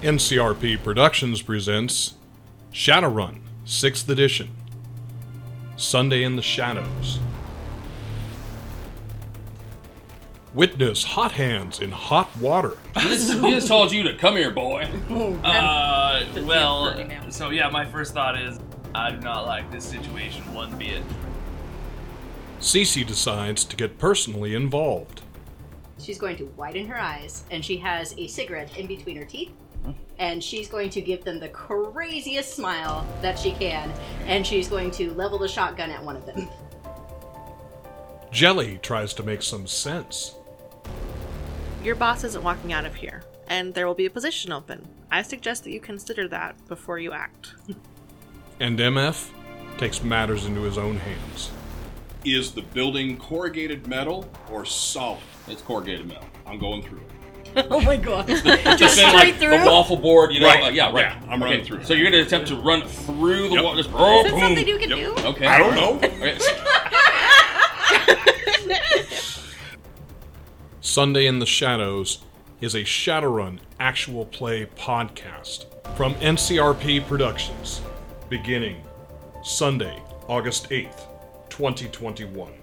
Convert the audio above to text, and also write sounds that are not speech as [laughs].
NCRP Productions presents Shadowrun, 6th edition. Sunday in the Shadows. Witness hot hands in hot water. [laughs] We just, we just told you to come here, [laughs] boy. Um, Uh, well, Right now. so yeah, my first thought is I do not like this situation one bit. Cece decides to get personally involved. She's going to widen her eyes, and she has a cigarette in between her teeth. And she's going to give them the craziest smile that she can, and she's going to level the shotgun at one of them. Jelly tries to make some sense. Your boss isn't walking out of here, and there will be a position open. I suggest that you consider that before you act. And MF takes matters into his own hands. Is the building corrugated metal or solid? It's corrugated metal. I'm going through it. oh my god. Just saying, straight like, through? The waffle board, you know? Right. like, yeah, right. Yeah, I'm running through. So you're gonna attempt to run through the Yep. wall. Just oh, Is that boom. something you can Yep. do? Okay. I don't know. Okay. Sunday in the Shadows is a Shadowrun actual play podcast from NCRP Productions, beginning Sunday, August 8th, 2021.